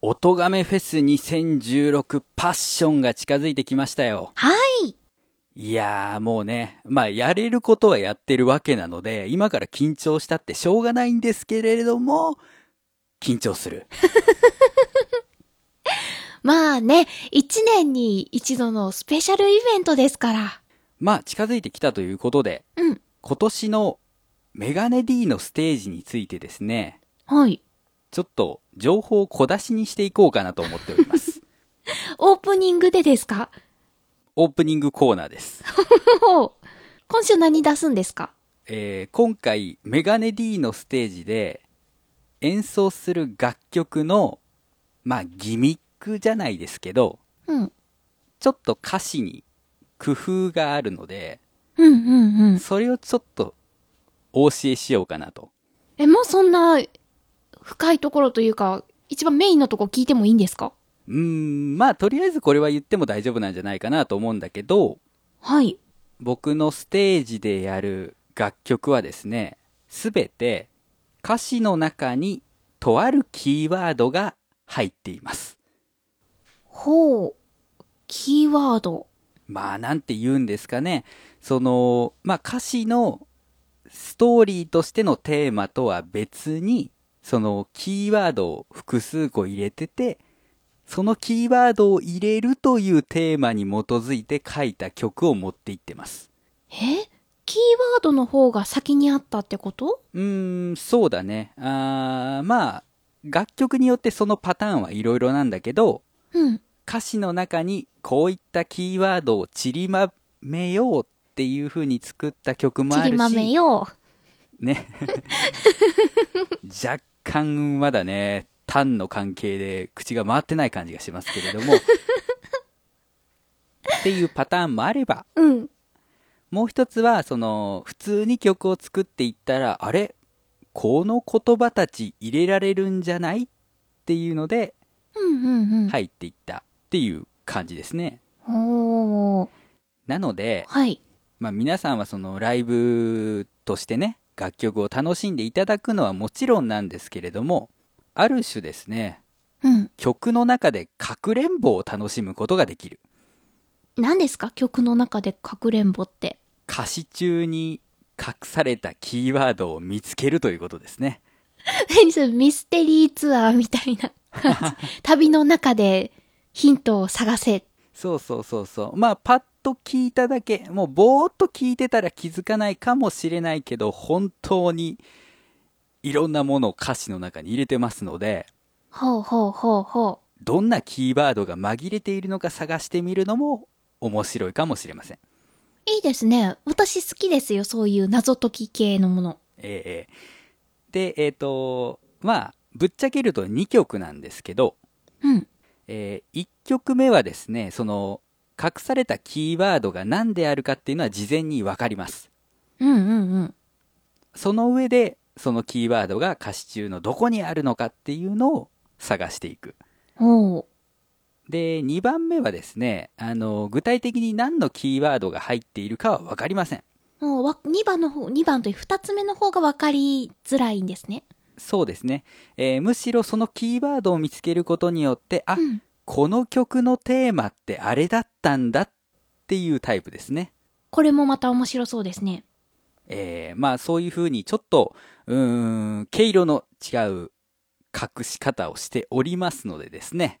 音亀フェス2016パッションが近づいてきましたよ。はい。いやーもうね、まあやれることはやってるわけなので、今から緊張したってしょうがないんですけれども、緊張する。まあね、一年に一度のスペシャルイベントですから。まあ近づいてきたということで、うん。今年のメガネ D のステージについてですね、はい。ちょっと情報を小出しにしていこうかなと思っております。オープニングでです かオープニングコーナーです。今週何出すんですかえー今回メガネ D のステージで演奏する楽曲のまあギミックじゃないですけどうん。ちょっと歌詞に工夫があるのでうんうんうん。それをちょっとお教えしようかなとえ、もうそんな深いところというか、一番メインのとこ聞いてもいいんですかうーんまあとりあえずこれは言っても大丈夫なんじゃないかなと思うんだけどはい。僕のステージでやる楽曲はですねすべて歌詞の中にとあるキーワードが入っていますほう。キーワード。まあなんて言うんですかね。その、まあ歌詞のストーリーとしてのテーマとは別に、そのキーワードを複数個入れてて、そのキーワードを入れるというテーマに基づいて書いた曲を持っていってます。えキーワードの方が先にあったってことうーん、そうだね。あーまあ、楽曲によってそのパターンはいろいろなんだけど、うん。歌詞の中にこういったキーワードを散りまめようっていう風に作った曲もあるちしりまめよう。ね 若干まだねタンの関係で口が回ってない感じがしますけれ どもっていうパターンもあればうん。もう一つはその普通に曲を作っていったらあれこの言葉たち入れられるんじゃないっていうのでうんうんうん。い。入っていったっていう感じですね。おー。なので、はい。まあ、皆さんはそのライブとしてね楽曲を楽しんでいただくのはもちろんなんですけれどもある種ですねうん。曲の中でかくれんぼを楽しむことができる何ですか曲の中でかくれんぼって。 歌詞中に隠されたキーワードを見つけるということですね何それミステリーツアーみたいな 感じ。旅の中でヒントを探せ。そうそうそうそうまあパッと聞いただけもうぼーっと聞いてたら気づかないかもしれないけど本当にいろんなものを歌詞の中に入れてますのでほうほうほうほどんなキーワードが紛れているのか探してみるのも面白いかもしれません。う。いいですね。私好きですよ。そういう謎解き系のもの。ええで、えっ、と、まあ、ぶっちゃけると2曲なんですけど、うん。え1曲目はですね、その、隠されたキーワードが何であるかっていうのは事前にわかります。うんうんうん。その上で、そのキーワードが歌詞中のどこにあるのかっていうのを探していく。ほう。で、2番目はですね、あの、具体的に何のキーワードが入っているかはわかりません。もうわ、2番の方、2番という2つ目の方が分かりづらいんですね。そうですね、えーむしろそのキーワードを見つけることによってあ、うん。この曲のテーマってあれだったんだっていうタイプですね、これもまた面白そうですね。えーまあそういうふうにちょっとうーん毛色の違う隠し方をしておりますのでですね、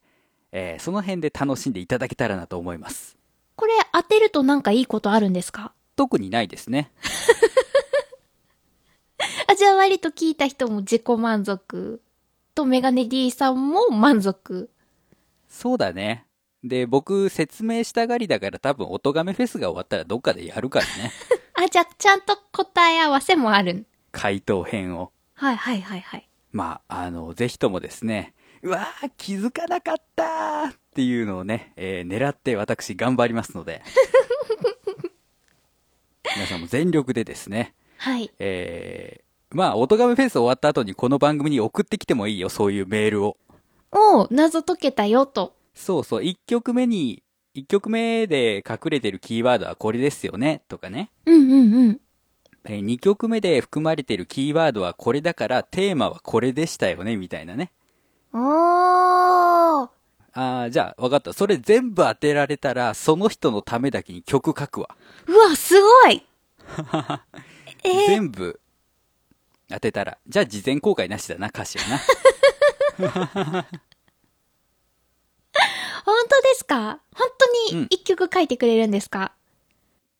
えーその辺で楽しんでいただけたらなと思いますこれ当てるとなんかいいことあるんですか特にないですねあ、じゃあ割と聞いた人も自己満足とメガネ D さんも満足。そうだねで僕説明したがりだから多分おとがめフェスが終わったらどっかでやるから ねあ、じゃあちゃんと答え合わせもある。回答編をはいはいはいはい。まあ、あの、ぜひともですね、うわー、気づかなかったーっていうのをね、えー狙って私頑張りますので、 皆さんも全力でですね、はい。えーまあ、おとがめフェス終わった後にこの番組に送ってきてもいいよ、そういうメールを。おう、謎解けたよと。そうそう、1曲目に、1曲目で隠れてるキーワードはこれですよね、とかね。うんうんうん。え2曲目で含まれてるキーワードはこれだから、テーマはこれでしたよね、みたいなね。あ、じゃあ、わかった。それ全部当てられたら、その人のためだけに曲書くわ。うわ、すご いえー全部当てたら。じゃあ、事前公開なしだな、歌詞はな。本当ですか本当うにん一曲書いてくれるんですか、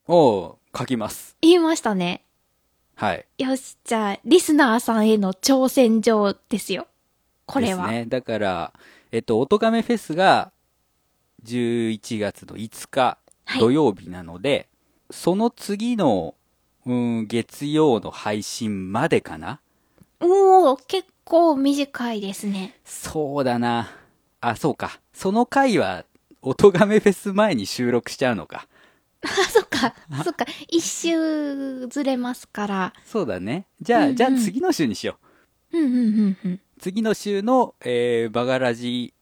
おう書きます。言いましたね。はい。よし、じゃあ、リスナーさんへの挑戦状ですよ。これは。ですね。だから、えっと、おとがめフェスが11月の5日はい土曜日なので、その次の、うん、月曜の配信までかなおー、結構短いですね。そうだな。あ、そうか。その回は、おとがめフェス前に収録しちゃうのか。あ、 そっか、そっか。一周ずれますから。そうだね。じゃあ、うんうんじゃあ次の週にしよう。うんうんうんうん。次の週の、えー、バガラジ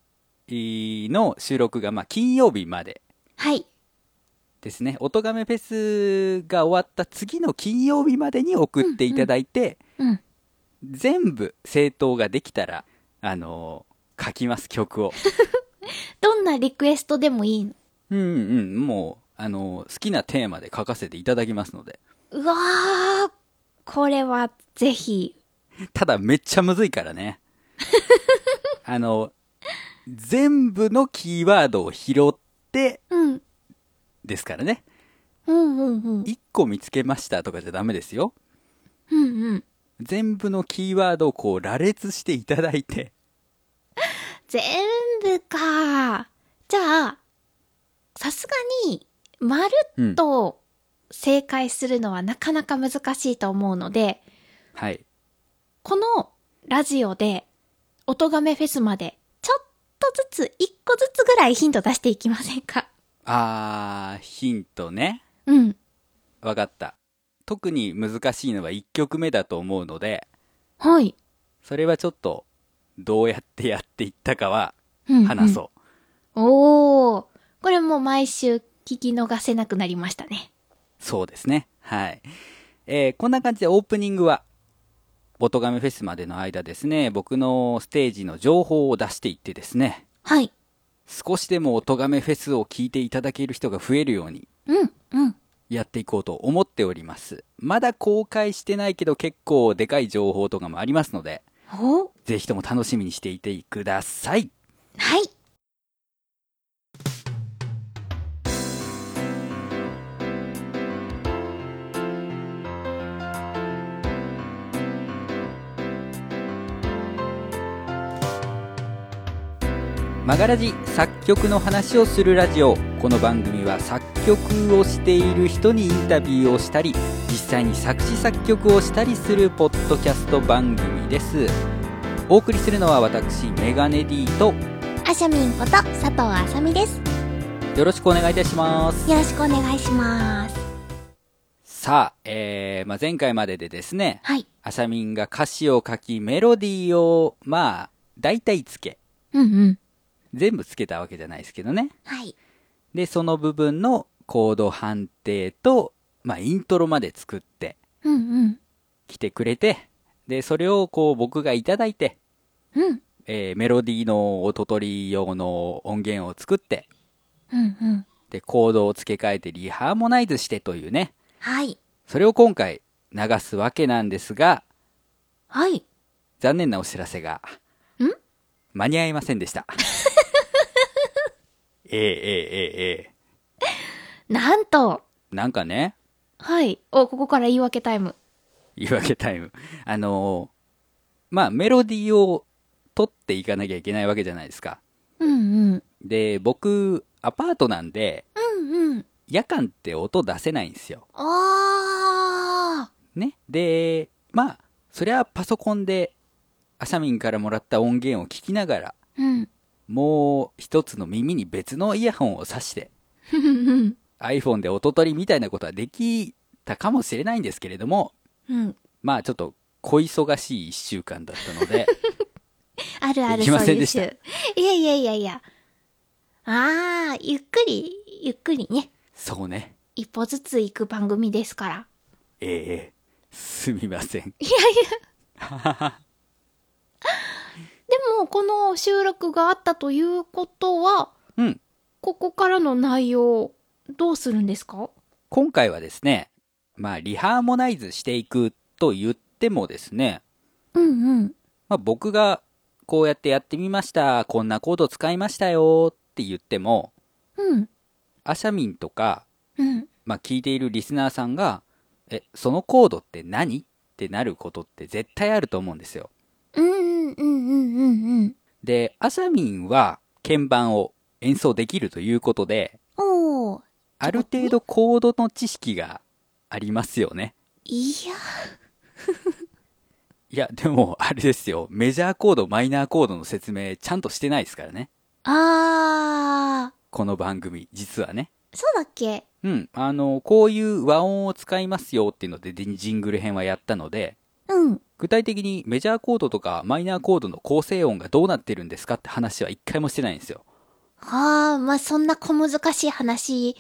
えーの収録が、まあ、金曜日まではい。ですね。おとがめフェスが終わった次の金曜日までに送っていただいて、うん。全部正答ができたら、あのー書きます、曲 を。どんなリクエストでもいいのうんうん、もう、あのー好きなテーマで書かせていただきますので。うわー、これはぜひ。ただめっちゃむずいから ね。あの、全部のキーワードを拾ってうん。ですからね。うんうんうん。 1個見つけましたとかじゃダメですよ。うんうん。全部のキーワードをこう羅列していただいて。全部か。じゃあ、さすがに、まるっと正解するのはなかなか難しいと思うので、はい。このラジオで、音亀フェスまで、ちょっとずつ、一個ずつぐらいヒント出していきませんかあー、ヒントね。うん。わかった。特に難しいのは1曲目だと思うので、はい。それはちょっとどうやってやっていったかはうん、話そう。うん。おー。これもう毎週聞き逃せなくなりましたね。そうですね。はい。えーこんな感じでオープニングは、ボトガメフェスまでの間ですね、僕のステージの情報を出していってですね、はい。少しでもオトガメフェスを聞いていただける人が増えるようにうん、うん。やっていこうと思っております。まだ公開してないけど結構でかい情報とかもありますので、おぜひとも楽しみにしていてください。はい。マガラジ作曲の話をするラジオこの番組は作曲をしている人にインタビューをしたり実際に作詞作曲をしたりするポッドキャスト番組ですお送りするのは私メガネ D とアシャミンこと佐藤あさみです。よろしくお願いいたしますよろしくお願いします。さあ、えーまあ、前回まででですねはい。アシャミンが歌詞を書きメロディーをまあ大体つけうんうん。全部つけたわけじゃないですけどねはい。で、その部分のコード判定と、まあ、イントロまで作ってうんうん。きてくれて、で、それをこう僕がいただいて、うん。えーメロディーの音取り用の音源を作って、うんうん。で、コードを付け替えてリハーモナイズしてというね、はい。それを今回流すわけなんですが、はい。残念なお知らせが、ん間に合いませんでした。ええええええなんと。なんかね、はい。お、ここから言い訳タイム。言い訳タイム。あのーまあ、メロディーを取っていかなきゃいけないわけじゃないですか。うんうん。で、僕、アパートなんで、うんうん。夜間って音出せないんですよ。あね。で、まあ、そりゃパソコンで、アシャミンからもらった音源を聞きながら、ー。うん。もう一つの耳に別のイヤホンを挿して、ふふふ iPhone で音取りみたいなことはできたかもしれないんですけれども、うん。まあちょっと小忙しい一週間だったの で、あるあでる、きそうませんいうでした種。いやいやいやいや。あー、ゆっくり、ゆっくりね。そうね。一歩ずつ行く番組ですから。ええすみません。いやいや。でも、この収録があったということは、 うん。ここからの内容、どうするんですか今回はですね、まあ、リハーモナイズしていくと言ってもですね、うんうん。まあ、僕がこうやってやってみました、こんなコード使いましたよって言っても、うん。アシャミンとか、うん。まあ、聞いているリスナーさんが、え、そのコードって何ってなることって絶対あると思うんですよ。うんうんうんうんうん。で、アシャミンは鍵盤を演奏できるということで、おお。ある程度コードの知識がありますよね。いや。いや、でも、あれですよ。メジャーコード、マイナーコードの説明、ちゃんとしてないですからね。あこの番組、実はね。ー。そうだっけうん。あの、こういう和音を使いますよっていうので、ジジングル編はやったので、うん。具体的にメジャーコードとかマイナーコードの構成音がどうなってるんですかって話は一回もしてないんですよ。ああ、まあ、そんな小難しい話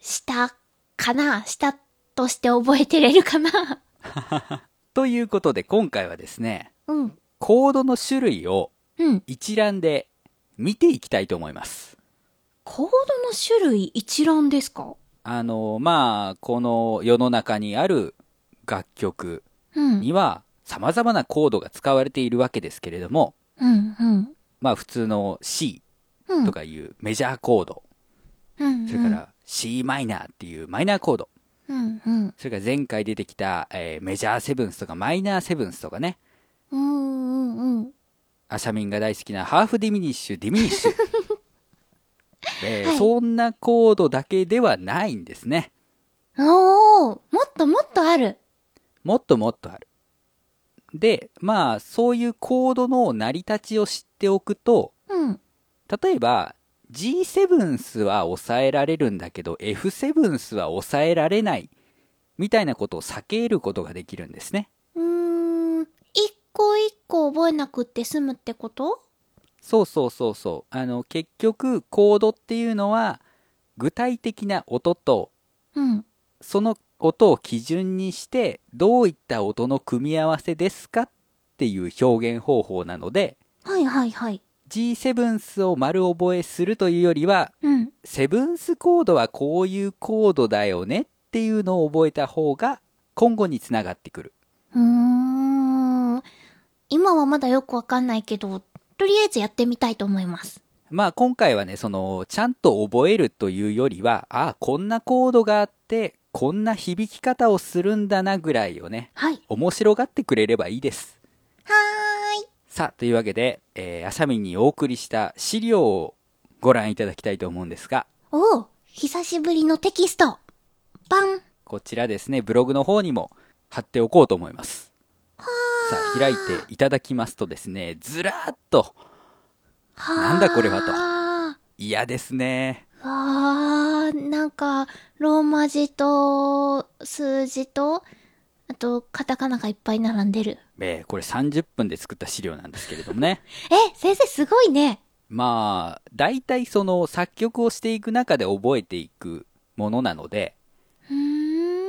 したかなしたとして覚えてれるかなということで、今回はですね、うん。コードの種類をうん。一覧で見ていきたいと思います。コードの種類一覧ですかあの、まあ、この世の中にある楽曲、うん。には様々なコードが使われているわけですけれども、うん、うん。まあ普通の C うん。とかいうメジャーコード、うん。それから c マイナーっていうマイナーコード、うん、うん。それから前回出てきた、えーメジャーセブンスとかマイナーセブンスとかね、うん、うん、うん。アシャミンが大好きなハーフディミニッシュ、ディミニッ シュ。えーはいそんなコードだけではないんですね。おー、もっともっとある。もっともっとある。で、まあ、そういうコードの成り立ちを知っておくと、うん。例えば G7 スは抑えられるんだけど F7 スは抑えられないみたいなことを避けることができるんですねうーん。一個一個覚えなくって済むってことそうそうそうそうあの結局コードっていうのは具体的な音とうん。その音を基準にしてどういった音の組み合わせですかっていう表現方法なのではいはいはい。 G7 スを丸覚えするというよりはうん。セブンスコードはこういうコードだよねっていうのを覚えた方が今後につながってくる。うーん。今はまだよくわかんないけど、とりあえずやってみたいと思います。まあ今回はね、その、ちゃんと覚えるというよりは、ああ、こんなコードがあって、こんな響き方をするんだなぐらいをね、はい。面白がってくれればいいです。はーい。さあ、というわけで、えー、あさみんにお送りした資料をご覧いただきたいと思うんですが、おう、久しぶりのテキスト。パン。こちらですね、ブログの方にも貼っておこうと思います。さあ、開いていただきますとですね、ずらーっと、はーなんだこれはとわ嫌ですね。ー、なんか、ローマ字と、数字と、あと、カタカナがいっぱい並んでる。えーこれ30分で作った資料なんですけれどもね。 え、先生すごいね。まあ、大体その作曲をしていく中で覚えていくものなので、うーん。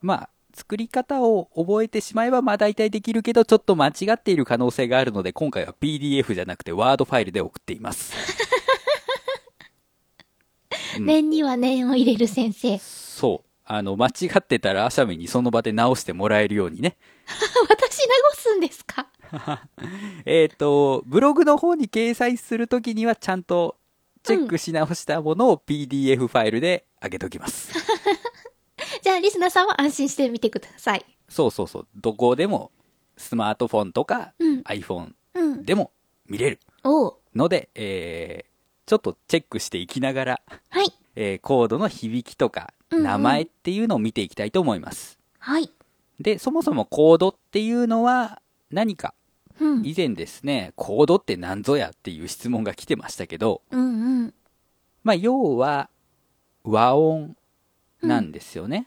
まあ、作り方を覚えてしまえば、まあ大体できるけど、ちょっと間違っている可能性があるので、今回は PDF じゃなくて、ワードファイルで送ってい ます。うん念には念を入れる先生。 そう。あの、間違ってたら、アシャミにその場で直してもらえるようにね。私流すんですかえっ、と、ブログの方に掲載するときには、ちゃんとチェックし直したものを PDF ファイルで上げときます。 じゃあ、リスナーさんは安心してみてください。そうそうそう。どこでも、スマートフォンとか、うん iPhone うん。でも見れるおう。ので、えーちょっとチェックしていきながら、はい。えーコードの響きとか、うんうん名前っていうのを見ていきたいと思います。はい。で、そもそもコードっていうのは何かうん。以前ですね、コードって何ぞやっていう質問が来てましたけど、うんうん。まあ、要は和音なんですよね。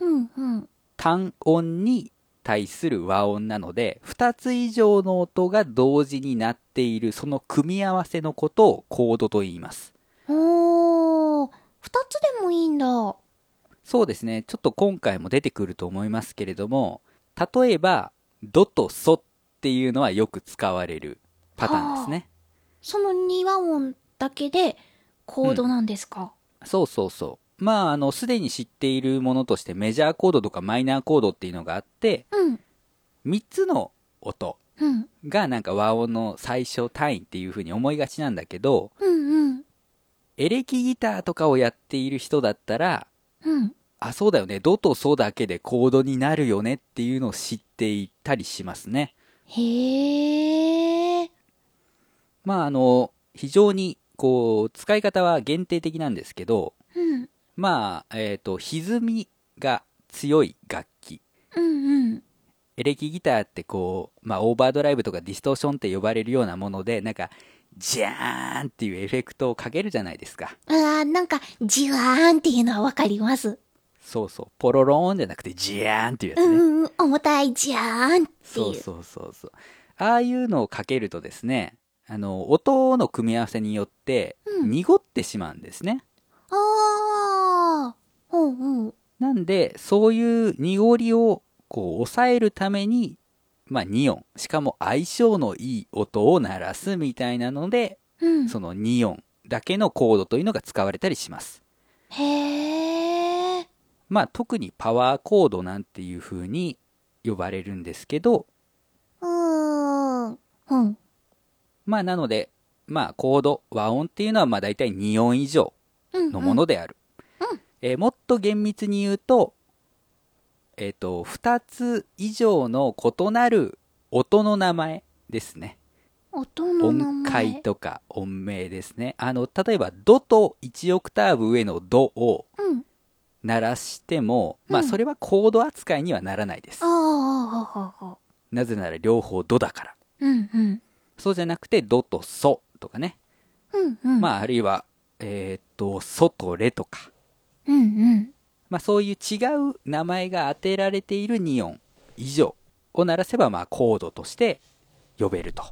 うんうん。単音に対する和音なので、2つ以上の音が同時になっている、その組み合わせのことをコードと言います。おー。二つでもいいんだ。うそうですね、ちょっと今回も出てくると思いますけれども、例えば、ドとソっていうのはよく使われるパターンですね。その二和音だけでコードなんですか、そうそうそう。まあ、あの、すでに知っているものとしてメジャーコードとかマイナーコードっていうのがあって、うん、 3つの音うん、がなんか和音の最小単位っていう風に思いがちなんだけど、うん、うん、エレキギターとかをやっている人だったら、うん。あ、そうだよね。ドとソだけでコードになるよねっていうのを知っていたりしますね。へえ。まあ、あの、非常に、こう、使い方は限定的なんですけど、うん、まあ、えっ、と、歪みが強い楽器。うん、うん。エレキギターってこう、まあ、オーバードライブとかディストーションって呼ばれるようなもので、なんか、ジャーンっていうエフェクトをかけるじゃないですか。あーなんか、じわーんっていうのはわかります。そうそう。ポロローンじゃなくて、ジャーンっていうやうつね。ん、うん、重たいじゃーんってそういう。そうそうそう。ああいうのをかけるとですね、あの、音の組み合わせによって、うん濁ってしまうんですね。あーうん、うん。なんで、そういう濁りを、こう、抑えるために、まあ、2音。しかも相性のいい音を鳴らすみたいなので、うん。その2音だけのコードというのが使われたりします。へえ。まあ、特にパワーコードなんていう風に呼ばれるんですけど、うーん。うん。まあ、なので、まあ、コード、和音っていうのは、まあ、大体2音以上うん。のものである。えーもっと厳密に言うと、えっ、と、2つ以上の異なる音の名前ですね。音の名音前。階とか音名ですね。あの、例えば、ドと1オクターブ上のドをうん。鳴らしても、まあ、うんそれはコード扱いにはならないですあ。あ、ああ、ああ。なぜなら両方ドだから。うん、うん。そうじゃなくて、ドとソとかね。うん、うん。あ。まあ、あるいは、えっ、と、ソとレとか。うん、うん。まあ、そういう違う名前が当てられている2音以上を鳴らせば、まあ、コードとして呼べると。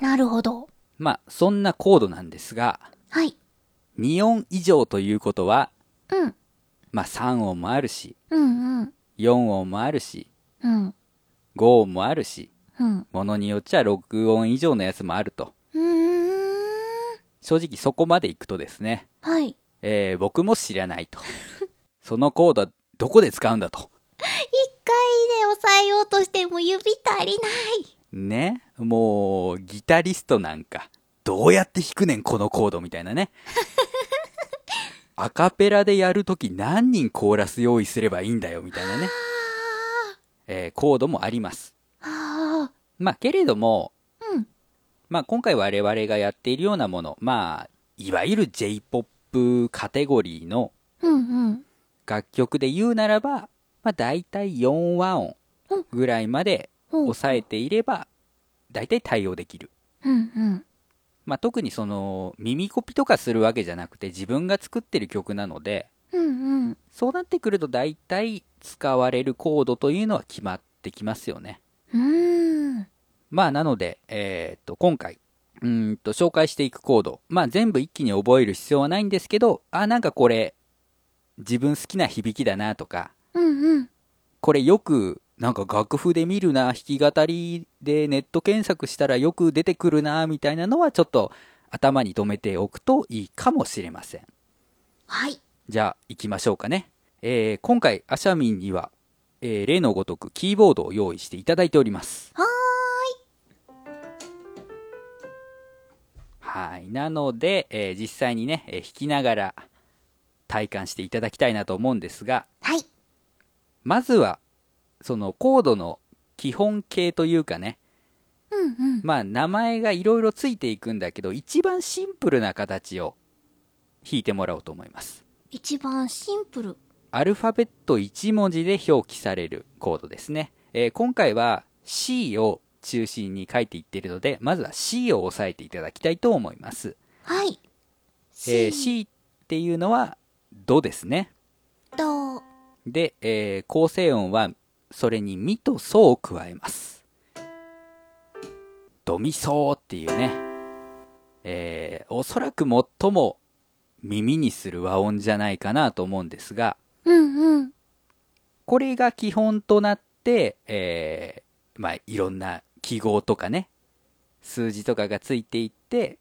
なるほど。まあ、そんなコードなんですが、はい。 2音以上ということは、うん。まあ、3音もあるし、うん、うん。 4音もあるし、うん。 5音もあるし、うん。ものによっちゃ6音以上のやつもあると。うーん。正直そこまで行くとですね、はい。えー僕も知らないと。そのコードはどこで使うんだと。一回で押さえようとしても指足りない。ね。もう、ギタリストなんか、どうやって弾くねん、このコードみたいなね。アカペラでやるとき何人コーラス用意すればいいんだよ、みたいなね。えーコードもあります。ああ。まあ、けれども、うん。まあ、今回我々がやっているようなもの、まあ、いわゆる J-POP カテゴリーのうん、うん。楽曲で言うならば、まあ、大体4和音ぐらいまでうん抑えていれば、大体対応できる。うん、うん。まあ、特にその、耳コピとかするわけじゃなくて、自分が作ってる曲なので、うん、うん。そうなってくると大体使われるコードというのは決まってきますよね。うーん。まあ、なので、えーっと、今回、うーんと、紹介していくコード。まあ、全部一気に覚える必要はないんですけど、あ、なんかこれ、自分好きな響きだなとか、うんうん。これよく、なんか楽譜で見るな、弾き語りでネット検索したらよく出てくるな、みたいなのはちょっと頭に留めておくといいかもしれません。はい。じゃあ、行きましょうかね。えー今回、アシャミンには、えー例のごとくキーボードを用意していただいております。はーい。はい。なので、えー実際にね、えー弾きながら体感していただきたいなと思うんですが、はい。まずは、そのコードの基本形というかね、うんうん。まあ名前がいろいろついていくんだけど、一番シンプルな形を弾いてもらおうと思います。一番シンプル。アルファベット1文字で表記されるコードですね。えー今回は C を中心に書いていっているので、まずは C を押さえていただきたいと思います。はい。えー C C っていうのはドですね。と、で、えー構成音はそれにミとソを加えます。ドミソーっていうね、えーおそらく最も耳にする和音じゃないかなと思うんですが、うんうん。これが基本となって、えーまあ、いろんな記号とかね、数字とかがついていって、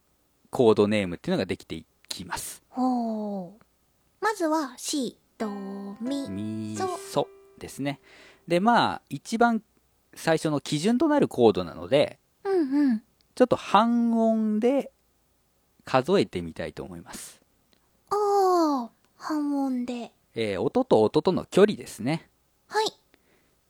コードネームっていうのができていきます。ほう。まずは、シドミ。みそうそですね。で、まあ、一番最初の基準となるコードなので、うんうん。ちょっと半音で数えてみたいと思います。おー。半音で。えー音と音との距離ですね。はい。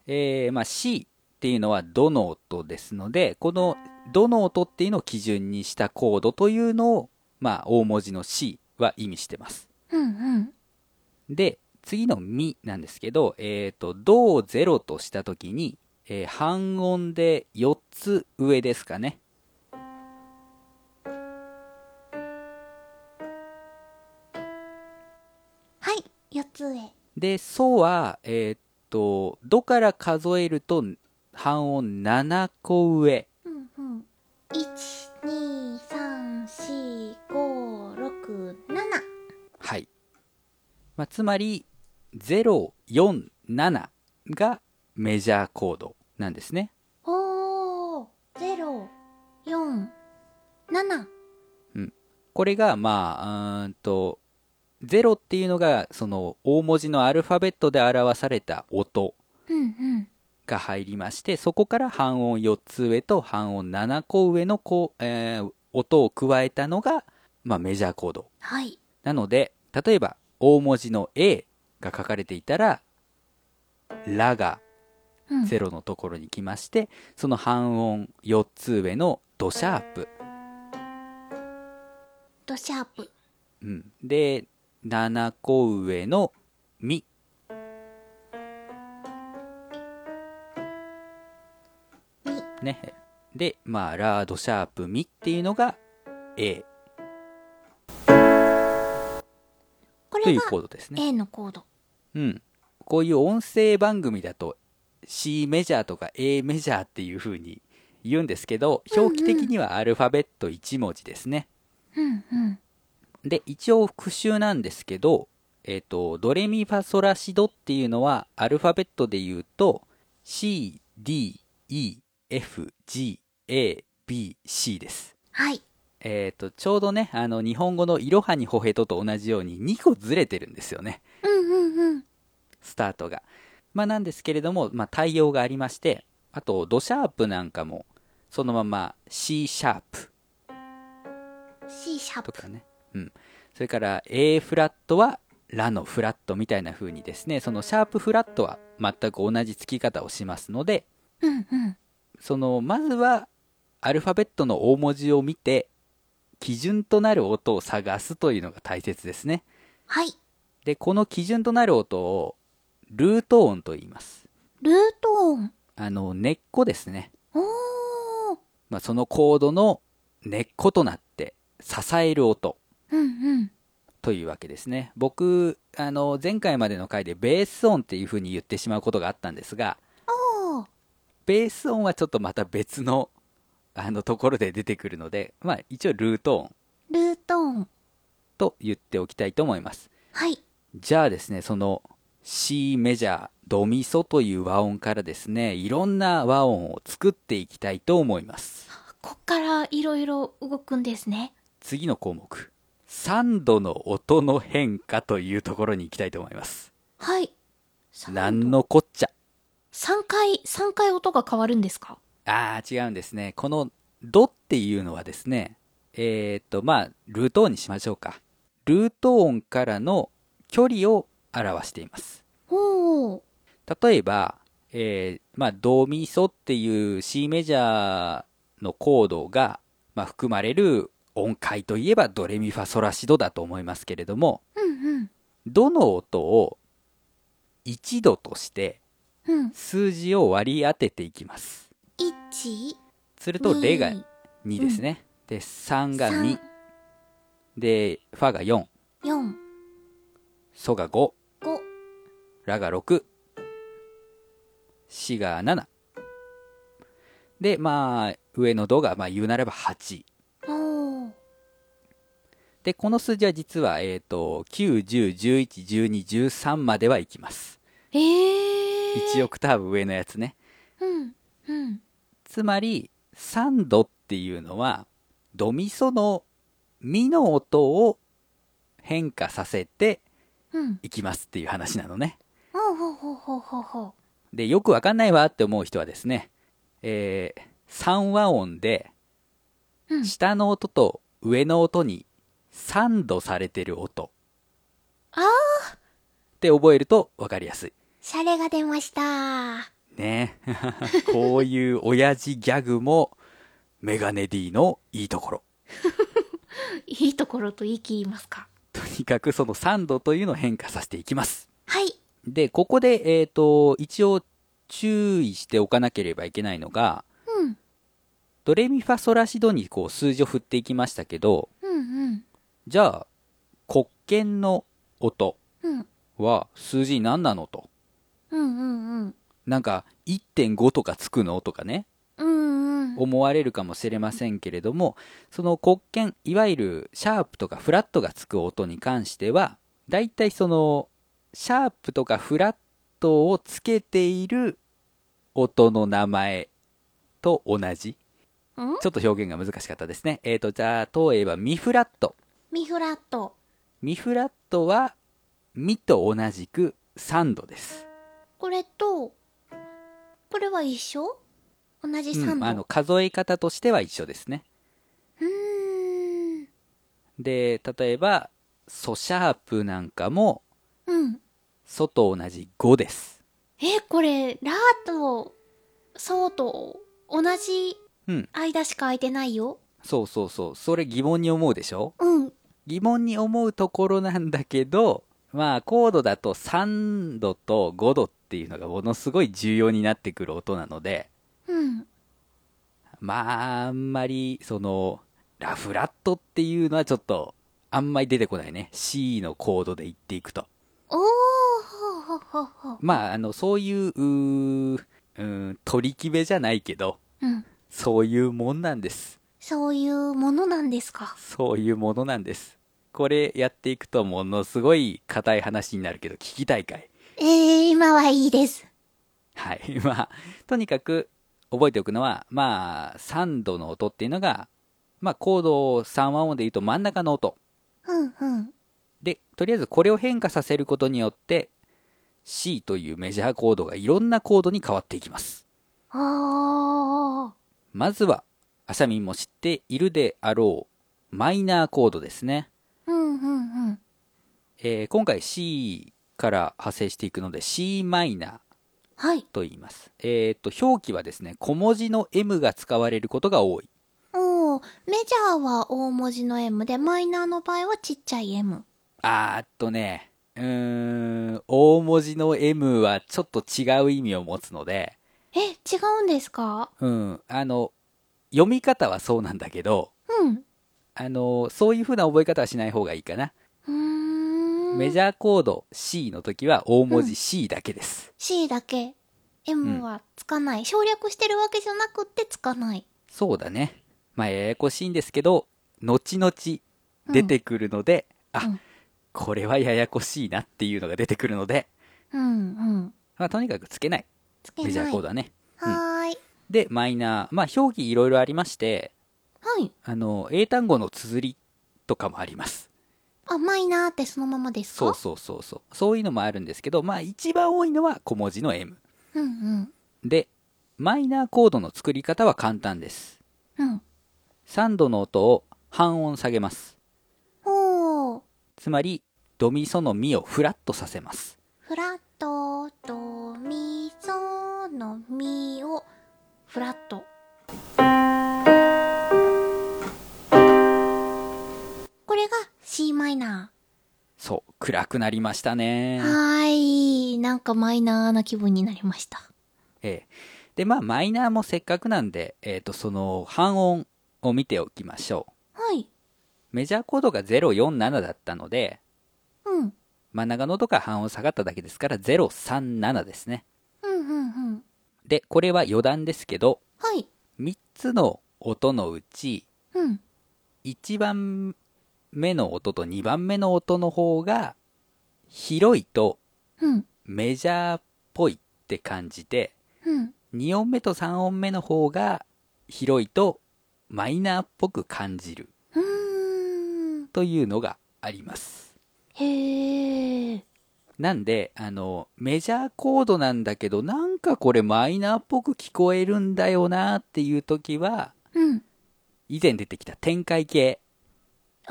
えーまあ、C っていうのはどの音ですので、このどの音っていうのを基準にしたコードというのを、まあ、大文字の C は意味してます。うんうん。で、次のミなんですけど、えっ、と、ドをゼロとしたときに、えー半音で4つ上ですかね。はい。四つ上。で、ソは、えっ、と、ドから数えると半音7個上。うんうん。一、二、三、四、五、六、七。はい。まあ、つまり、047がメジャーコードなんですね。おー。ゼロ、四、七。これが、まあ、うーんと、0っていうのが、その、大文字のアルファベットで表された音うんうん。が入りまして、そこから半音4つ上と半音7個上のこう、えー音を加えたのが、まあ、メジャーコード。はい。なので、例えば、大文字の A が書かれていたら、ラがうん。ゼロのところに来まして、その半音4つ上のドシャープ、ドシャープ。うん、で7個上のミミ。ねでまあラードシャープミっていうのが A ことれいうがコードですね、 A のコード。うん、こういう音声番組だと C メジャーとか A メジャーっていう風に言うんですけど表記的にはアルファベット1文字ですね、うんうん。で一応復習なんですけど、えっとドレミファソラシドっていうのはアルファベットで言うと CDEFGABC です、はい。えっとちょうどねあの日本語の「いろはにほへと」と同じように2個ずれてるんですよねうんうんうん。スタートが、まあ、なんですけれども、まあ、対応がありましてあとドシャープなんかもそのまま C シャープ C シャーとプ。かね、うん、それから A フラットはラのフラットみたいな風にですねそのシャープフラットは全く同じ付き方をしますのでうんうん。そのまずはアルファベットの大文字を見て基準となる音を探すというのが大切ですねはい。でこの基準となる音をルート音と言いますルート音。あの根っこですね、おー。まあ、そのコードの根っことなって支える音うんうん。というわけですね僕あの前回までの回でベース音っていう風に言ってしまうことがあったんですがおー。ベース音はちょっとまた別のあのところで出てくるのでまあ一応ルート音ルート音。と言っておきたいと思いますはい。じゃあですねその C メジャードミソという和音からですねいろんな和音を作っていきたいと思いますこっからいろいろ動くんですね。次の項目3度の音の変化というところに行きたいと思いますはい。なんのこっちゃ3回、3回音が変わるんですかああ、違うんですね。この、ドっていうのはですね、えーっと、まあ、ルート音にしましょうか。ルート音からの距離を表しています。おー。例えば、えーまあ、ドミソっていう C メジャーのコードが、まあ、含まれる音階といえばドレミファソラシドだと思いますけれども、うんうん。ドの音を1度としてうん。数字を割り当てていきます。 1、すると、レが2 2ですね。で、3が2 3。、で、ファが4、 4、ソが5、 5、ラが6、シが7。で、まあ、上のドが、まあ、言うなれば8。おー。で、この数字は実は、えっ、と、9、10、11、12、13まではいきます。えー。 1オクターブ上のやつね。うん。うん。つまり、3度っていうのは、ドミソのミの音を変化させてうん。いきますっていう話なのね。ほうほうほうほうほうほう。で、よくわかんないわって思う人はですね、えー、三和音でうん。下の音と上の音にサンドされてる音あって覚えるとわかりやすい。シャレが出ました。ね こういう親父ギャグもメガネ D のいいところ。いいところと言い切りますか。とにかくそのサンドというのを変化させていきます。はい。で、ここで、えっ、と、一応注意しておかなければいけないのが、うん。ドレミファソラシドにこう数字を振っていきましたけど、うんうん。じゃあ、黒鍵の音うん。は数字何なのと。うんうんうん。なんか、1.5とかつくのとかね、うんうん。思われるかもしれませんけれども、その黒鍵、いわゆるシャープとかフラットがつく音に関しては、だいたいその、シャープとかフラットをつけている音の名前と同じ。うんちょっと表現が難しかったですね。えっ、と、じゃあ、例えばミフラット。ミフラット。ミフラットは、ミと同じく3度です。これと、これは一緒同じう3ん、度。あの、数え方としては一緒ですね。うーん。で、例えば、ソシャープなんかも、うん。ソと同じ5です。え、これ、ラーと、ソーと、同じうん、間しか空いてないよ。そうそうそう。それ疑問に思うでしょうん。疑問に思うところなんだけど、まあ、コードだと3度と5度っていうのがものすごい重要になってくる音なので、うん。まあ、あんまり、その、ラフラットっていうのはちょっと、あんまり出てこないね。C のコードで言っていくと。おー、ほうほうほうほう。まあ、あの、そういう、うーうーん、取り決めじゃないけど、うん。そういうもんなんです。そういうものなんですか。そういうものなんです。これやっていくとものすごい硬い話になるけど、聞きたいかいえー、今はいいです。はい。 まあ、とにかく覚えておくのは、まあ、3度の音っていうのが、まあ、コードを3和音で言うと真ん中の音。うんうん。で、とりあえずこれを変化させることによって、C というメジャーコードがいろんなコードに変わっていきます。おー。まずは、アシャミンも知っているであろう、マイナーコードですね。うんうんうん。えー今回 C から派生していくので C マイナーはい。と言います。えっ、と、表記はですね、小文字の M が使われることが多い。おー、メジャーは大文字の M で、マイナーの場合はちっちゃい M。あーっとね、うーん、大文字の M はちょっと違う意味を持つので、え、違うんですかうん、あの、読み方はそうなんだけど、うん。あの、そういう風な覚え方はしない方がいいかな。うーん。メジャーコード C の時は大文う字 C だけです。 C だけ。うん M はつかない。省略してるわけじゃなくってつかない。そうだね。まあ、ややこしいんですけど、後々出てくるので、あ、うんこれはややこしいなっていうのが出てくるので、うんうん。まあ、とにかくつけない。つけない。メジャーコードはね。はーい。で、マイナー。まあ、表記いろいろありまして、はい。あの、英単語の綴りとかもあります。あ、マイナーってそのままですそかうそうそうそう。そういうのもあるんですけど、まあ、一番多いのは小文字の M。うんうん。で、マイナーコードの作り方は簡単です。うん。 3度の音を半音下げます。おー。つまり、ドミソのミをフラットさせます。フラット、ド、ミ、ソのミを、フラット。これが C マイナそう、暗くなりましたねー。。はーい。なんかマイナーな気分になりました。ええ。で、まあ、マイナーもせっかくなんで、えっ、と、その、半音を見ておきましょはい。う。メジャーコードが047だったので、うん。真ん中の音が半音下がっただけですから、037ですね。うんうんうん。で、これは余談ですけど、はい。 3つの音のうち、うん。 1番目の音と2番目の音の方が、広いとうん。メジャーっぽいって感じで、うん。 2音目と3音目の方が広いとマイナーっぽく感じるうーん。というのがあります。へえ。なんで、あの、メジャーコードなんだけど、なんかこれマイナーっぽく聞こえるんだよなっていう時は、うん。以前出てきた展開系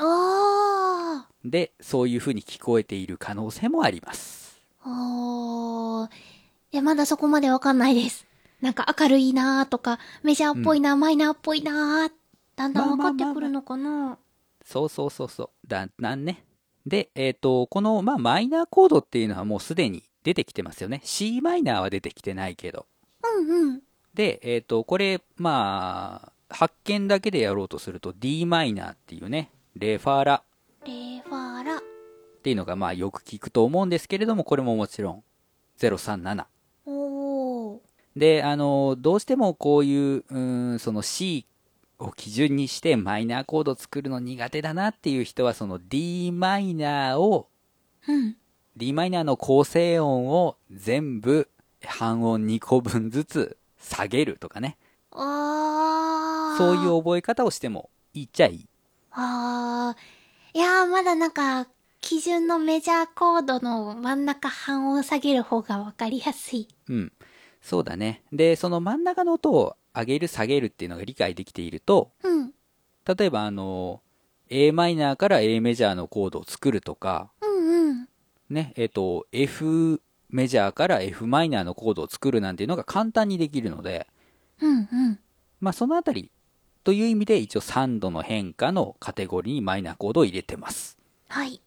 あーで、そういう風に聞こえている可能性もあります。あー。いや、まだそこまでわかんないです。なんか明るいなーとか、メジャーっぽいな、マイナーっぽいなー、だんだん分かってくるのかな、そうそうそうそう。だんだんね。で、えっ、と、この、まあ、マイナーコードっていうのはもうすでに出てきてますよね。C マイナーは出てきてないけど。うんうん。で、えっ、と、これ、まあ、発見だけでやろうとすると D マイナーっていうね、レファーラレファーラ。っていうのがまあよく聞くと思うんですけれども、これももちろん037。おー。で、あの、どうしてもこういう、うーん、その C を基準にしてマイナーコード作るの苦手だなっていう人は、その D マイナーを、うん。 D マイナーの構成音を全部半音2個分ずつ下げるとかね。あー。そういう覚え方をしてもいいっちゃいい。あー。いやー、まだなんか、基準のメジャーコードの真ん中半音下げる方がわかりやすい。うん。そうだね。で、その真ん中の音を上げる下げるっていうのが理解できていると、うん。例えばあの、a マイナーから a メジャーのコードを作るとか、うんうん。ね、えっ、と、F メジャーから F マイナーのコードを作るなんていうのが簡単にできるので、うんうん。まあそのあたりという意味で一応3度の変化のカテゴリーにマイナーコードを入れてます。はい。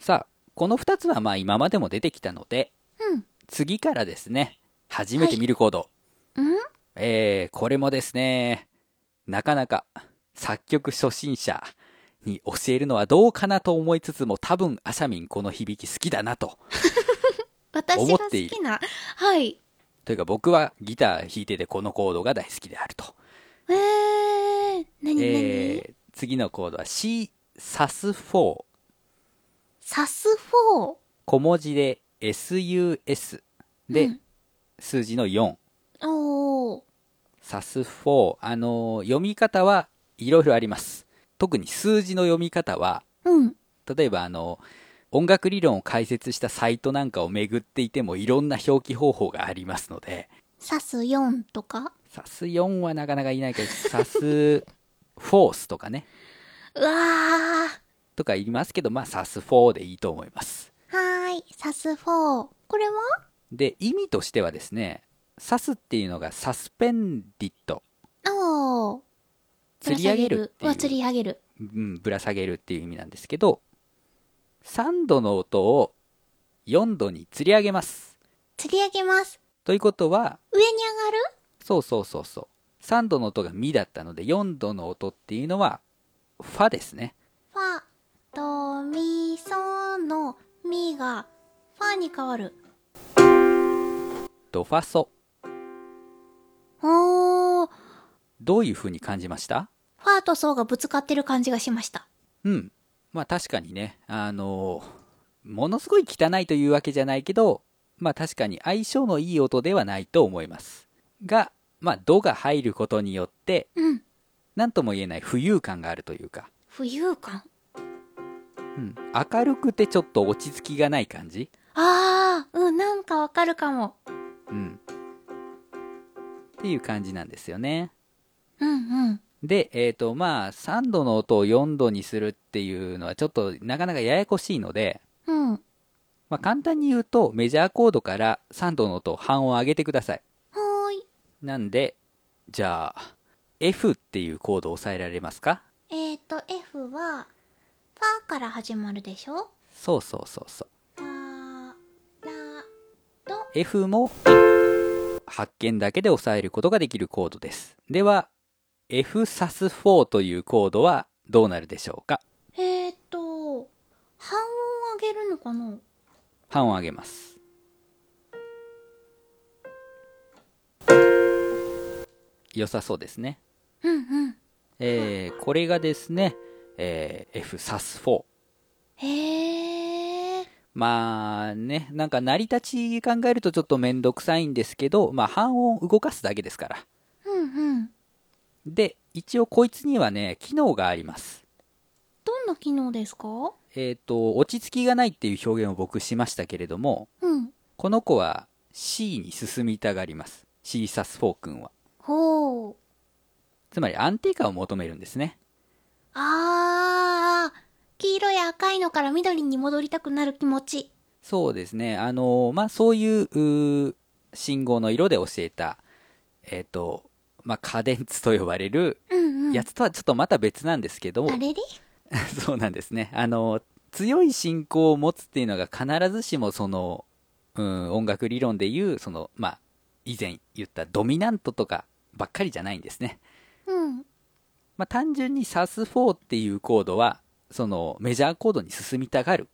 さあ、この2つはまあ今までも出てきたので、うん。次からですね、初めて見るコード。うんえー、これもですね、なかなか作曲初心者に教えるのはどうかなと思いつつも多分アシャミンこの響き好きだなと。私思がっ好ているきな。はい。というか僕はギター弾いててこのコードが大好きであると。えー。なになにえー、次のコードは C サス4サス4。小文字で SUS で、うん数字の4おー。サス4あのー読み方はいろいろあります特に数字の読み方はうん。例えばあの音楽理論を解説したサイトなんかを巡っていてもいろんな表記方法がありますのでサス4とかサス4はなかなかいないけ どサスフォースとかねうわー。とか言いますけどまあサス4でいいと思いますはーい。サス4。これはで意味としてはですねサスっていうのがサスペンディット、おー。釣り上げるっていうは釣り上げる。うん、ぶら下げるっていう意味なんですけど3度の音を4度に釣り上げます釣り上げます。ということは上にそうそうそうそう3度の音がミだったので4度の音っていうのはファですね上がるファ、ド、ミ、ソのミがファに変わる。ドファソおー。どういう風に感じましたファとソがぶつかってる感じがしました。うんまあ確かにねあのものすごい汚いというわけじゃないけどまあ確かに相性のいい音ではないと思いますがまあドが入ることによってうん。何とも言えない浮遊感があるというか、浮遊感。うん、明るくてちょっと落ち着きがない感じあー。うん、なんかわかるかも。うんっていう感じなんですよねうんうん。で、えっ、と、まあ、3度の音を4度にするっていうのはちょっとなかなかややこしいので、うん。まあ、簡単に言うと、メジャーコードから3度の音を半音上げてください。はーい。なんで、じゃあ、F っていうコードを抑えられますかえーと、F は、ファから始まるでしょそうそうそうそう。ファ、ラ、ド。 F も、発見だけで抑えることができるコードです。では、F サス4というコードはどうなるでしょうかえーと、半音上げるのかな半音上げます。良さそうですね。うんうん。えーこれがですね、えー F サス4。へー。まあね、なんか成り立ち考えるとちょっとめんどくさいんですけど、まあ半音動かすだけですから。うんうん。で、一応こいつにはね、機能があります。どんな機能ですかえっ、と、落ち着きがないっていう表現を僕しましたけれども、うん。この子は C に進みたがります。シーサス4君は。ほう。つまり安定感を求めるんですね。あー、黄色や赤いのから緑に戻りたくなる気持ち。そうですね。あの、まあ、そういううー、信号の色で教えた、えっ、と、まあ、カデンツと呼ばれるうんうん。やつとはちょっとまた別なんですけど、あれれ そうなんですね。あの、強い信仰を持つっていうのが必ずしもその、うん、音楽理論でいう、その、まあ、以前言ったドミナントとかばっかりじゃないんですね。うん。まあ、単純に SAS4 っていうコードは、そのメジャーコードに進みたがる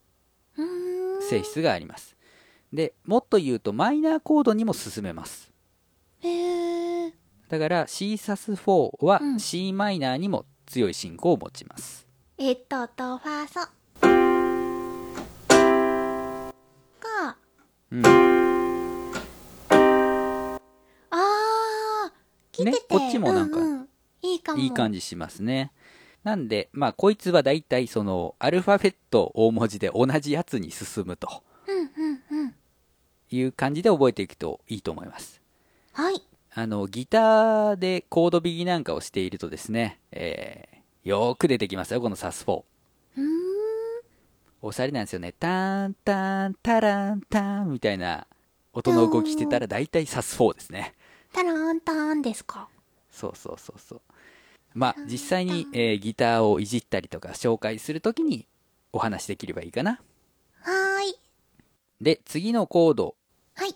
うーん。性質があります。で、もっと言うとマイナーコードにも進めます。へー。だから CSAS4 はうん c マイナーにも強い進行を持ちます。えっと、と、ファーソ。か、うん。あー、来てて、ねこっちもなんかううんいいかも。いい感じしますね。なんで、まあこいつはだいたいそのアルファベット大文字で同じやつに進むとうんうんうん。いう感じで覚えていくといいと思います。はい。あの、ギターでコードビギなんかをしているとですね、えー、よーく出てきますよ、このサス4。うーん。おしゃれなんですよね。ターン、ターン、タラン、ターンみたいな音の動きしてたら大体サス4ですね。タラーンターンですか。そうそうそうそう。まあ、実際に、えーギターをいじったりとか紹介するときにお話しできればいいかな。はーい。で、次のコードはい。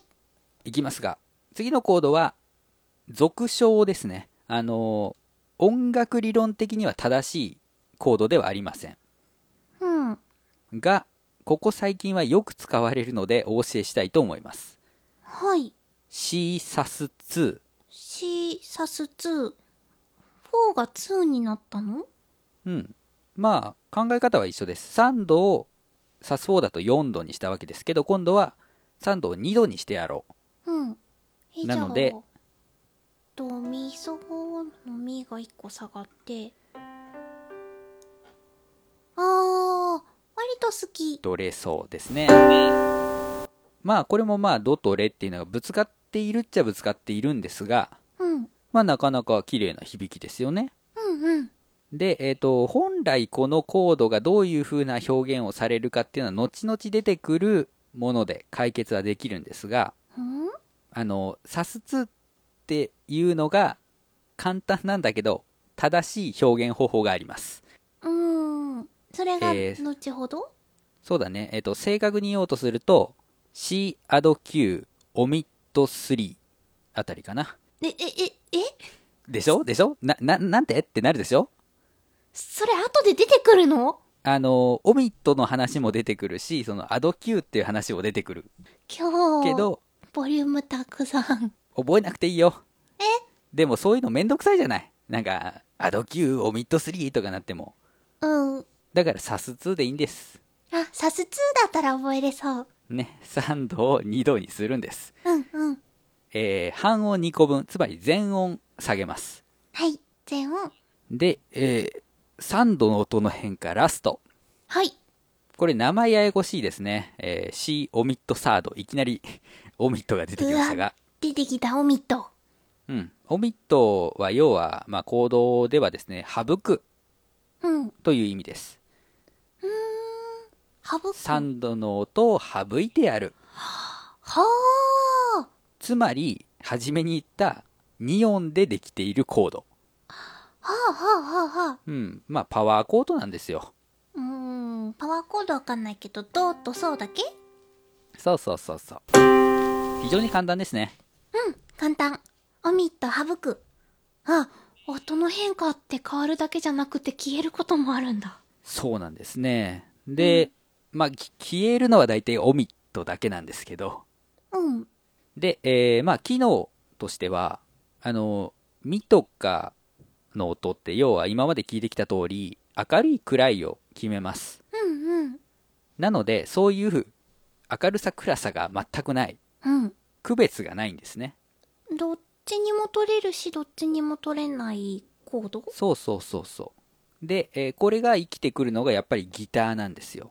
いきますが、次のコードは、俗称ですね。あのー音楽理論的には正しいコードではありません。うん。が、ここ最近はよく使われるのでお教えしたいと思います。はい。 C サス2。 C サス2。4が2になったのうん。まあ、考え方は一緒です。3度をサス4だと4度にしたわけですけど、今度は3度を2度にしてやろう。うん。えなので。じゃあドミソのミが1個下がって。あー、割と好き。ドレソですね。まあ、これもまあ、ドとレっていうのがぶつかっているっちゃぶつかっているんですが、うん。まあ、なかなか綺麗な響きですよね。うんうん。で、えっ、と、本来このコードがどういう風な表現をされるかっていうのは、後々出てくるもので解決はできるんですが、うんあの、サス2っていうのが簡単なんだけど、正しい表現方法があります。うーん。それがえー後ほど、そうだね。えっ、と、正確に言おうとすると、C アド Q オミット3あたりかな。え、え、え、えでしょでしょな、な、なんてってなるでしょそれ後で出てくるのあの、オミットの話も出てくるし、そのアド Q っていう話も出てくる。今日。けど、ボリュームたくさん。覚えなくていいよ。でもそういうのめんどくさいじゃない。なんか、アド Q オミット3とかなっても。うん。だからサス2でいいんです。あ、サス2だったら覚えれそう。ね、3度を2度にするんです。うんうん。えー半音2個分、つまり全音下げます。はい。全音。で、え3度の音の変化、ラスト。はい。これ名前ややこしいですね。えー C、オミットサード。いきなり、 オミットが出てきましたが。出てきたオミット。うん。オミットは要は、まあ、行動ではですね、省くうん。という意味です。ハブ3度の音を省いてやる。はあ。つまり、初めに言った2音でできているコード。はあはあはあはあ。うん。まあ、パワーコードなんですよ。うーん。パワーコードわかんないけど、ドとソだけそうそうそうそう非常に簡単ですね簡単。オミット省く。あ、音の変化って変わるだけじゃなくて消えることもあるんだ。そうなんですねで、まあき消えるのは大体オミットだけなんですけどうん。で、えーまあ機能としてはあのミとかの音って要は今まで聞いてきた通り明るい暗いを決めますうんうん。なのでそういう明るさ暗さが全くないうん。区別がないんですねどっちにも取れるし、どっちにも取れないコードそうそうそうそうで、えーこれが生きてくるのがやっぱりギターなんですよ。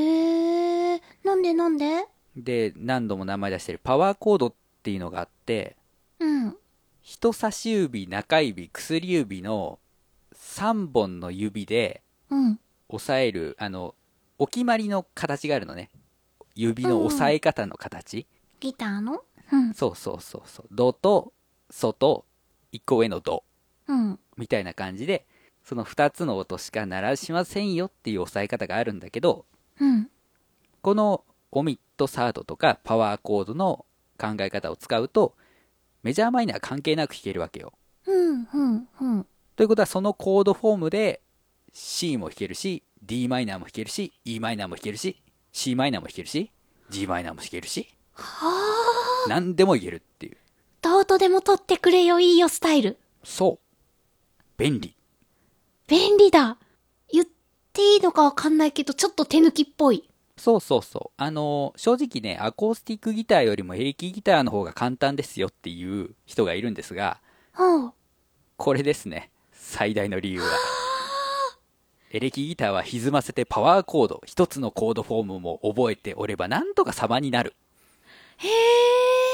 へえ、なんでなんでで、何度も名前出してるパワーコードっていうのがあって、うん。人差し指、中指、薬指の3本の指でうん。押さえる、あの、お決まりの形があるのね。指の押さえ方の形。ギターのうん。そうそうそうそう。ドと、ソと、1個上のド。うん。みたいな感じで、その2つの音しか鳴らしませんよっていう押さえ方があるんだけど、うん。このオミットサードとかパワーコードの考え方を使うとメジャーマイナー関係なく弾けるわけよ。うん。うん。うん。ということはそのコードフォームで C も弾けるし D マイナーも弾けるし E マイナーも弾けるし C マイナーも弾けるし G マイナーも弾けるしはあ。何でも弾けるっていうどうとでも取ってくれよ、いいよ、スタイル。そう便利便利だ。言っていいのかわかんないけど、ちょっと手抜きっぽい。そうそうそうあのー正直ねアコースティックギターよりもエレキギターの方が簡単ですよっていう人がいるんですがうん。これですね最大の理由はエレキギターは歪ませてパワーコード一つのコードフォームも覚えておればなんとか様になるへえ。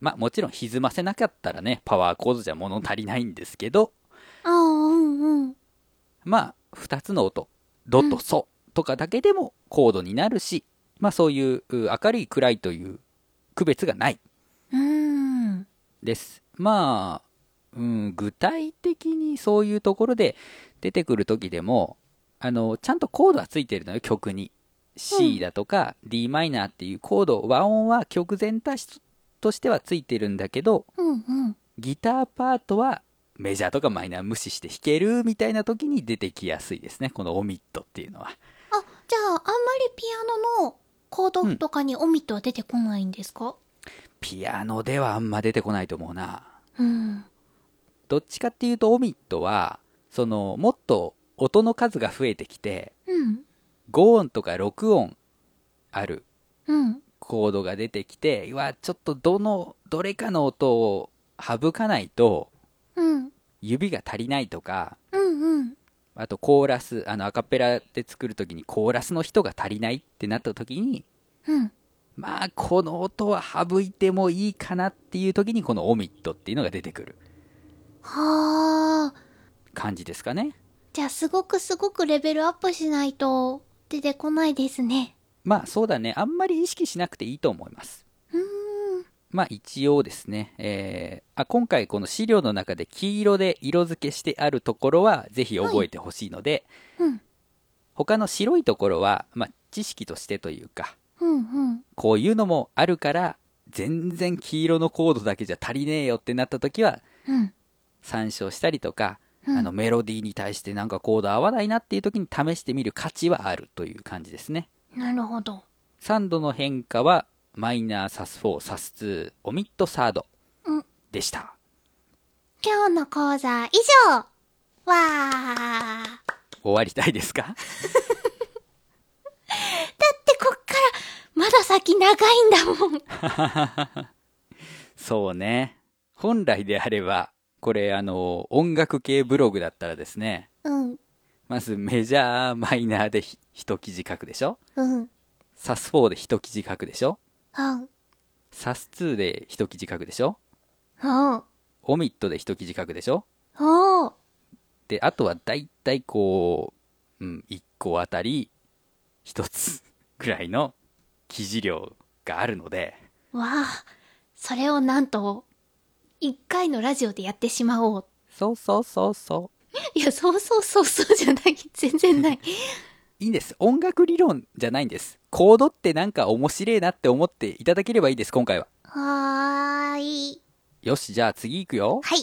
まあもちろん歪ませなかったらねパワーコードじゃ物足りないんですけどああ、うんうん。まあ2つの音ドとソとかだけでもコードになるし、まあそういうう明るい暗いという区別がないうん。ですまあ、うん、具体的にそういうところで出てくる時でもあのちゃんとコードはついてるのよ曲にうん C だとか d マイナーっていうコード和音は曲全体としてはついてるんだけどうんうん。ギターパートはメジャーとかマイナー無視して弾けるみたいな時に出てきやすいですねこのオミットっていうのはあ、じゃあ、あんまりピアノのコードとかにオミットは出てこないんですかピアノではあんま出てこないと思うなうん。どっちかっていうとオミットはそのもっと音の数が増えてきてうん。 5音とか6音あるうん。コードが出てきてうわちょっとどのどれかの音を省かないとうん。指が足りないとかうんうん。あとコーラスあのアカペラで作る時にコーラスの人が足りないってなった時にうん。まあこの音は省いてもいいかなっていう時にこのオミットっていうのが出てくるはあ。感じですかねじゃあ、すごくすごくレベルアップしないと出てこないですね。まあそうだねあんまり意識しなくていいと思いますうーん。まあ一応ですね、えーあ今回この資料の中で黄色で色付けしてあるところはぜひ覚えてほしいので、うん。他の白いところは、まあ、知識としてというかうんうん。こういうのもあるから全然黄色のコードだけじゃ足りねえよってなった時はうん。参照したりとか、うんあのメロディーに対してなんかコード合わないなっていう時に試してみる価値はあるという感じですねなるほど。 3度の変化はマイナーサス4サス2オミットサードうんでした、今日の講座以上わーだ終わりたいです かってこっから、まだ先長いんだもん。そうね本来であればこれあの音楽系ブログだったらですねうん。まずメジャーマイナーでひ一記事書くでしょうん。サス4で一記事書くでしょうん。サス2で一記事書くでしょうん。オミットで一記事書くでしょおー。であとはだいたいこう、うん、1個あたり1つ くらいの記事量があるのでわあ、それをなんと、一回のラジオでやってしまおう。そうそうそうそういや、そうそうそうそうじゃない。全然ない。いいんです音楽理論じゃないんですコードってなんか面白いなって思っていただければいいです今回ははーい。よしじゃあ次行くよはい。